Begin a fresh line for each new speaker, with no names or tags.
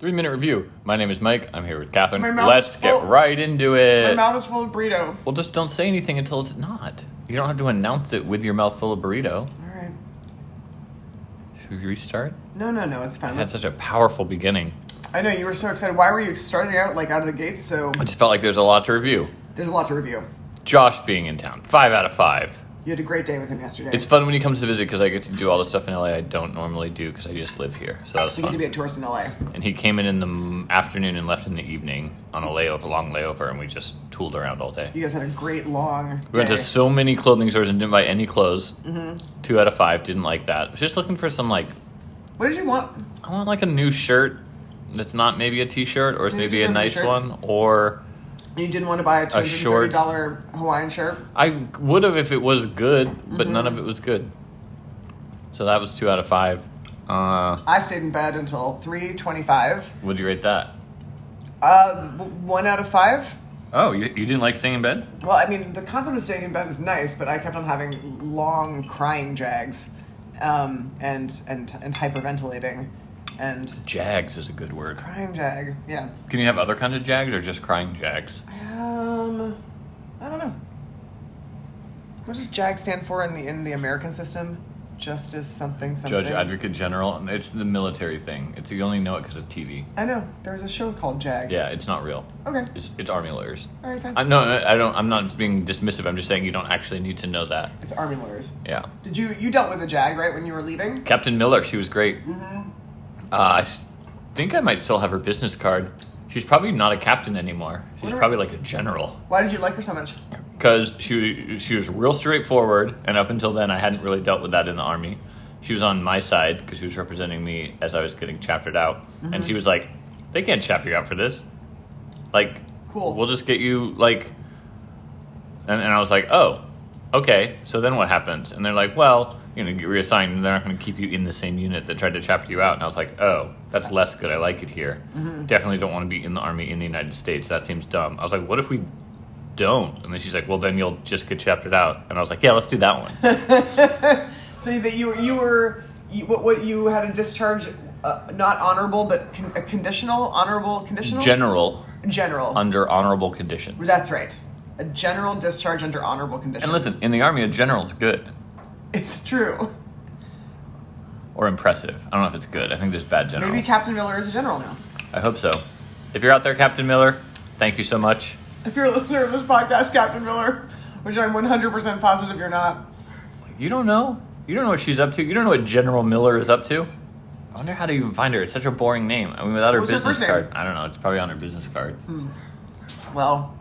Three minute review. My name is Mike. I'm here with Catherine.
My mouth
Let's
is
get
full.
right into it.
My mouth is full of burrito.
well, just don't say anything until it's not. You don't have to announce it with your mouth full of burrito.
All right.
Should we restart?
No, no, no. It's fine.
I had such a powerful beginning.
I know you were so excited. Why were you starting out like out of the gate? So
I just felt like there's a lot to review.
there's a lot to review.
Josh being in town. Five out of five.
You had a great day with him yesterday.
It's fun when he comes to visit because I get to do all the stuff in LA I don't normally do because I just live here. So that was
you need to be a
fun.
tourist in LA.
And he came in in the m- afternoon and left in the evening on a layover, long layover, and we just tooled around all day.
You guys had a great long
We
day.
went to so many clothing stores and didn't buy any clothes. Two out of five didn't like that. I was just looking for some like
what did you want?
I want like a new shirt that's not maybe a t-shirt or it's
Yeah,
maybe a
just a new
nice
shirt.
one or
You didn't want to buy a two
A
hundred
short-
thirty dollar Hawaiian shirt.
I would have if it was good, but none of it was good. So that was two out of five. Uh,
I stayed in bed until three twenty-five.
would you rate that?
Uh, w- one out of five.
Oh, you, you didn't like staying in bed?
Well, I mean, the concept of staying in bed is nice, but I kept on having long crying jags, um, and and and hyperventilating, and
Jags is a good word.
crying jag. Yeah.
Can you have other kinds of jags or just crying jags?
Um, I don't know. What does jag stand for in the in the American system? Justice something something.
Judge, advocate, general. and It's the military thing. It's you only know it because of TV.
I know there's a show called Jag.
Yeah, it's not real.
Okay.
It's, it's army lawyers.
All right. Fine.
I'm no, I don't. I'm not being dismissive. I'm just saying you don't actually need to know that.
it's army lawyers.
Yeah,
Did you you dealt with a jag right when you were leaving?
Captain Miller. She was great. Uh, I s- think I might still have her business card. She's probably not a captain anymore. She's
Wonder-
probably like a general
Why did you like her so much?
because she she was real straightforward. And up until then, I hadn't really dealt with that in the army. She was on my side because she was representing me as I was getting chaptered out, and she was like, "They can't chapter you out for this. Like,
Cool.
We'll just get you like." And, and I was like, "Oh, okay. So then what happens?" And they're like, "Well." You know, get reassigned, and they're not going to keep you in the same unit that tried to chapter you out. And I was like, "Oh, that's less good. I like it here. Definitely don't want to be in the army in the United States. That seems dumb." I was like, "What if we don't. And then she's like, well, then you'll just get chaptered out. And I was like, yeah, let's do that one.
So that you you were you, what what you had a discharge uh, not honorable but con- a conditional honorable conditional
general
general.
under honorable conditions.
That's right. A general discharge under honorable conditions.
And listen, in the army, a general's good
it's true.
or impressive. I don't know if it's good. I think there's bad
Maybe
generals.
Captain Miller is a general now.
I hope so. If you're out there, Captain Miller, thank you so much.
If you're a listener of this podcast, Captain Miller, which I'm 100% positive you're not.
You don't know. You don't know what she's up to. You don't know what General Miller is up to. I wonder how to even find her. It's such a boring name. I mean, without her
What's her
business
first name?
card, I don't know. It's probably on her business card.
Well,